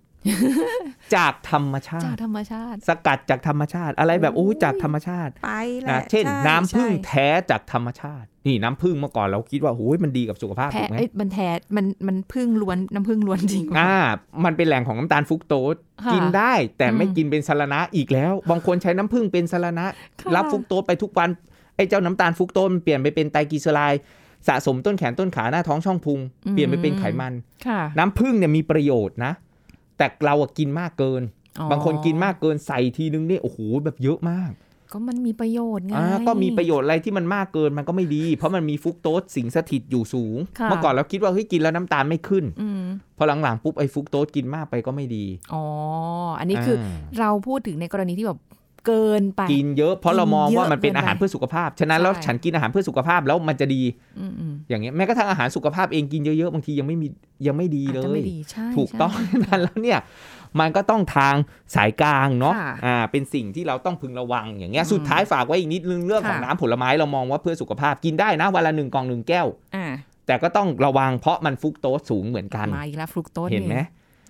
จากธรรมชา จาก ติ ธรรมชาติ สกัดจากธรรมชาติ อะไรแบบโอ้ยจากธรรมชาติ ไปแห นะ ละ เช่น ใ น้ำผึ้ง ใช่ แท้จากธรรมชาติ นี่น้ำผึ้งเมื่อก่อนเราคิดว่าโอ้ยมันดีกับสุขภาพ แพ้ ถูกไหม เอ้ยมันแท้มันมันพึ่งล้วนน้ำพึ่งล้วนจริงปะ อ่า มันเป็นแหล่งของน้ำตาลฟรุกโตส ค่ะ กินได้แต่ไม่ อืม กินเป็นสารณะอีกแล้ว บางคนใช้น้ำผึ้งเป็นสารณะ ค่ะ รับฟรุกโตสไปทุกวันไอ้เจ้าน้ำตาลฟรุกโตสมันเปลี่ยนไปเป็นไตรกลีเซอไรด์สะสมต้นแขนต้นขาหน้าท้องช่องพุงเปลี่ยนไปเป็นไขมัน ค่ะ น้ำผึ้งเนี่ยมีประโยชน์นะ แต่เราอะกินมากเกิน อ๋อบ างคนกินมากเกินใส่ทีนึงเนี่ยโอ้โหแบบเยอะมาก ก็มันมีประโยชน์ไง อ่าก็มีประโยชน์อะไรที่มันมากเกินมันก็ไม่ดี เพราะมันมีฟรุกโตสสิงสถิตอยู่สูง ค่ะ เมื่อก่อนเราคิดว่าเฮ้ยกินแล้วน้ำตาลไม่ขึ้น อืม พอหลังๆปุ๊บไอ้ฟรุกโตสกินมากไปก็ไม่ดี อ๋ออันนี้คืออา เราพูดถึงในกรณีที่แบบเกินไป กินเยอะเพราะเรามองว่ามันเป็น กินเยอะ อาหารเพื่อสุขภาพ ฉะนั้นแล้ว ใช่ ฉันกินอาหารเพื่อสุขภาพแล้วมันจะดี อืมอืม อย่างเงี้ยแม้กระทั่งอาหารสุขภาพเองกินเยอะๆบางทียังไม่มียังไม่ดี อาจ เล จะไม่ ย ดีใช่ ถูก ใช่ ต้อง นั้น แล้วเนี่ยมันก็ต้องทางสายกลางเนาะ ค่ะ อ่าเป็นสิ่งที่เราต้องพึงระวังอย่างเงี้ย อืม สุดท้ายฝากไว้อีกนิดนึงเรื่องของ ค่ะ น้ำผลไม้เรามองว่าเพื่อสุขภาพกินได้นะวันละหนึ่งกล่องหนึ่งแก้ว อ่า แต่ก็ต้องระวังเพราะมันฟรุกโตสสูงเหมือนกัน มาอีกแล้วฟลุกโตส เห็นไหม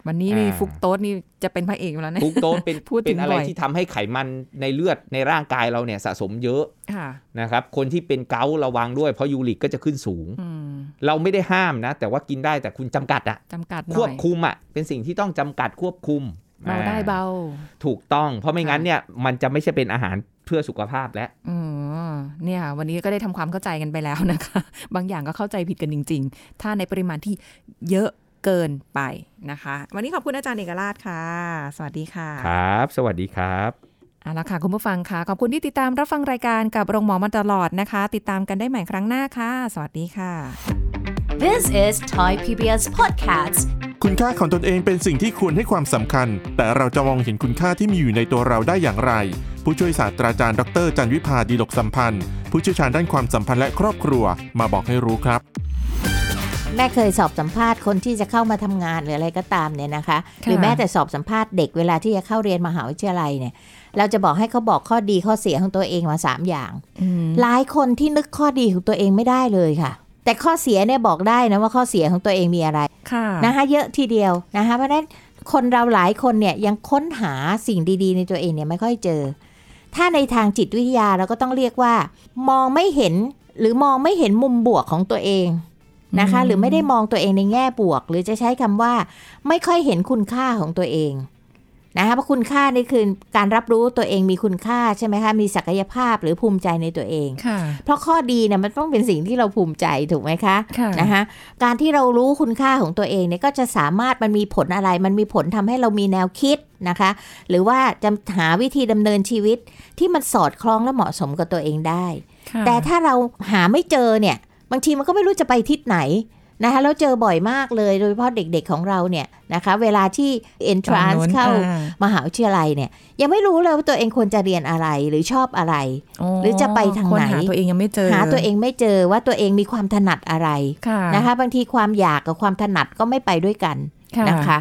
วันนี้นี่ อ่า ฟลุกโตสนี่จะเป็นพระเอกอยู่แล้ว ฟ นะ รุกโตสเป็น พูดถึง เป็นอะไร บ่อย ที่ทำให้ไขมันในเลือดในร่างกายเราเนี่ยสะสมเยอะ ค่ะ นะครับคนที่เป็นเกาต์ระวังด้วยเพราะยูริกก็จะขึ้นสูง อืม เราไม่ได้ห้ามนะ แต่ว่ากินได้แต่คุณจำกัดอะ จำกัดห ค น่ ว อบ ย คุมอะเป็นสิ่งที่ต้องจำกัดควบคุม เบา อ่ ได้เบา ถูกต้อง เพราะไม่งั้นเนี่ยมันจะไม่ใช่เป็นอาหารเพื่อสุขภาพแล้ว อืมเนี่ยวันนี้ก็ได้ทำความเข้าใจกันไปแล้วนะคะ บางอย่างก็เข้าใจผิดกันจริง ๆ ถ้าในปริมาณที่เยอะเกินไปนะคะ วันนี้ขอบคุณอาจารย์เอกราชค่ะ สวัสดีค่ะ ครับ สวัสดีครับ เอาละค่ะ คุณผู้ฟังค่ะ ขอบคุณที่ติดตามรับฟังรายการกับโรงหมอมาตลอดนะคะ ติดตามกันได้ใหม่ครั้งหน้าค่ะ สวัสดีค่ะ This is Thai PBS Podcasts. คุณค่าของตนเองเป็นสิ่งที่ควรให้ความสำคัญ แต่เราจะมองเห็นคุณค่าที่มีอยู่ในตัวเราได้อย่างไร ผู้ช่วยศาสตราจารย์ดอกเตอรจันวิพาดีลกสัมพันธ์ ผู้เชี่ยวชาญด้านความสัมพันธ์และครอบครัวมาบอกให้รู้ครับ แม่เคยสอบสัมภาษณ์คนที่จะเข้ามาทำงานหรืออะไรก็ตามเนี่ยนะคะ ค่ะ หรือแม้แต่สอบสัมภาษณ์เด็กเวลาที่จะเข้าเรียนมหาวิทยาลัยเนี่ย เราจะบอกให้เขาบอกข้อดีข้อเสียของตัวเองมาสามอย่าง อืม หลายคนที่นึกข้อดีของตัวเองไม่ได้เลยค่ะ แต่ข้อเสียเนี่ยบอกได้นะว่าข้อเสียของตัวเองมีอะไร ค่ะ นะคะเยอะทีเดียวนะคะเพราะฉะนั้นคนเราหลายคนเนี่ยยังค้นหาสิ่งดีๆ ในตัวเองเนี่ยไม่ค่อยเจอ ถ้าในทางจิตวิทยาเราก็ต้องเรียกว่า มองไม่เห็นหรือมองไม่เห็นมุมบวกของตัวเอง นะคะหรือไม่ได้มองตัวเองในแง่บวก หรือจะใช้คำว่า ไม่ค่อยเห็นคุณค่าของตัวเองนะคะเพราะคุณค่านี่คือการรับรู้ตัวเองมีคุณค่าใช่ไหมคะมีศักยภาพหรือภูมิใจในตัวเอง ค่ะ เพราะข้อดีเนี่ยมันต้องเป็นสิ่งที่เราภูมิใจถูกไหมคะ ค่ะ นะคะการที่เรารู้คุณค่าของตัวเองเนี่ยก็จะสามารถมันมีผลอะไร มันมีผลทำให้เรามีแนวคิดนะคะ หรือว่าจะหาวิธีดำเนินชีวิตที่มันสอดคล้องและเหมาะสมกับตัวเองได้ ค่ะ แต่ถ้าเราหาไม่เจอเนี่ย บางทีมันก็ไม่รู้จะไปทิศไหนนะคะแล้วเจอบ่อยมากเลยโดยเฉพาะเด็กๆของเราเนี่ยนะคะ เวลาที่ entrance ตอนนู้น เข้า อ่ มหาวิทยาลัยเนี่ย ยังไม่รู้เลยว่าตัวเองควรจะเรียนอะไรหรือชอบอะไร หรือจะไปทาง คน ไหน หาตัวเองยังไม่เจอ หาตัวเองไม่เจอว่าตัวเองมีความถนัดอะไร ค่ะ นะคะ บางทีความอยากกับความถนัดก็ไม่ไปด้วยกัน นะคะ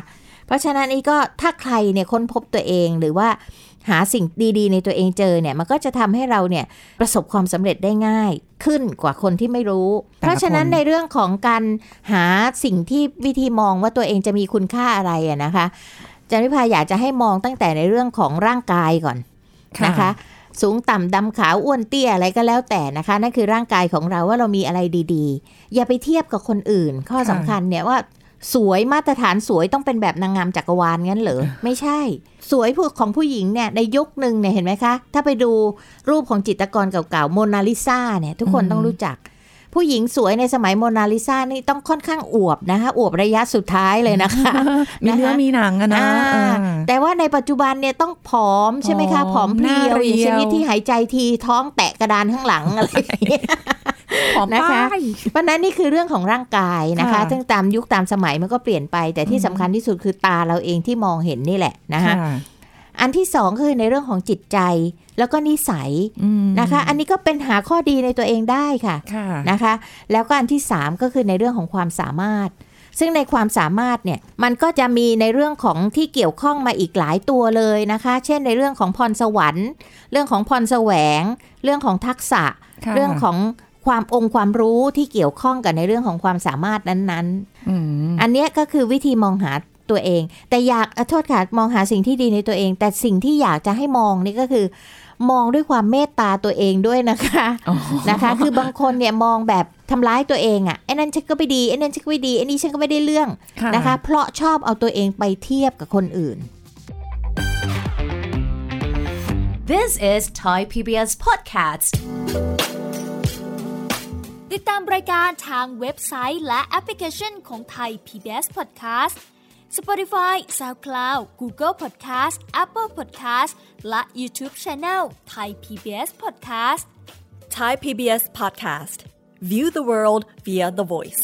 เพราะฉะนั้นนี่ก็ถ้าใครเนี่ยค้นพบตัวเองหรือว่าหาสิ่งดีๆ ในตัวเองเจอเนี่ยมันก็จะทำให้เราเนี่ยประสบความสำเร็จได้ง่ายขึ้นกว่าคนที่ไม่รู้ เพราะฉะนั้นในเรื่องของการหาสิ่งที่วิธีมองว่าตัวเองจะมีคุณค่าอะไรอะนะคะอาจันวิพาอยากจะให้มองตั้งแต่ในเรื่องของร่างกายก่อน นะคะ สูงต่ำดำขาวอ้วนเตี้ยอะไรก็แล้วแต่นะคะนั่นคือร่างกายของเราว่าเรามีอะไรดีๆ อย่าไปเทียบกับคนอื่น ข้อสำคัญเนี่ยว่าสวยมาตรฐานสวยต้องเป็นแบบนางงามจักรวาลงั้นเหรอ ไม่ใช่ สวยผู้ของผู้หญิงเนี่ยในยุคหนึ่งเนี่ยเห็นไหมคะ ถ้าไปดูรูปของจิตรกรเก่าๆโมนาลิซาเนี่ยทุกคนต้องรู้จัก ผู้หญิงสวยในสมัยโมนาลิซานี่ต้องค่อนข้างอวบนะคะอวบระยะสุดท้ายเลยนะคะ มีเนื้อมีหนังอะ นะ อ่า เออ แต่ว่าในปัจจุบันเนี่ยต้องผอมใช่ไหมคะ อ๋อ ผอมเพรี ห ย น้าว เรี อย ย่าว งชนิดที่หายใจทีท้องแตะกระดานข้างหลังอะไรอย่างเงี้ย ขอ นะคะ ป้าย เพราะฉะนั้นนี่คือเรื่องของร่างกายนะคะ ค่ะ ซึ่งตามยุคตามสมัยมันก็เปลี่ยนไป แต่ที่ อืม สำคัญที่สุดคือตาเราเองที่มองเห็นนี่แหละนะคะอันที่สองก็คือในเรื่องของจิตใจแล้วก็นิสัย อืม นะคะ อันนี้ก็เป็นหาข้อดีในตัวเองได้ค่ะ ค่ะ นะคะแล้วก็อันที่ 3 ก็คือในเรื่องของความสามารถ ซึ่งในความสามารถเนี่ยมันก็จะมีในเรื่องของที่เกี่ยวข้องมาอีกหลายตัวเลยนะคะ เช่นในเรื่องของพรสวรรค์ เรื่องของพรแสวง เรื่องของทักษะ ค่ะ เรื่องของความองค์ความรู้ที่เกี่ยวข้องกับในเรื่องของความสามารถนั้น อืม ๆ อันเนี้ยก็คือวิธีมองหา ตัวเอง แต่อยากอะโทษค่ะมองหาสิ่งที่ดีในตัวเอง แต่สิ่งที่อยากจะให้มองนี่ก็คือ มองด้วยความเมตตาตัวเองด้วยนะคะ นะคะ คือบางคนเนี่ยมองแบบทำร้ายตัวเองอะ่ะไอ้นั่นฉันก็ไม่ดีไอ้นั่นฉันก็ไม่ดีไอ้นี่ฉันก็ไม่ได้เรื่อง ค่ะ นะคะ เพราะชอบเอาตัวเองไปเทียบกับคนอื่น This is Thai PBS Podcast. ติดตามรายการทางเว็บไซต์และแอปพลิเคชันของไทย PBS Podcast Spotify SoundCloud Google Podcast Apple Podcast และ YouTube Channel Thai PBS Podcast Thai PBS Podcast. View the world via the voice.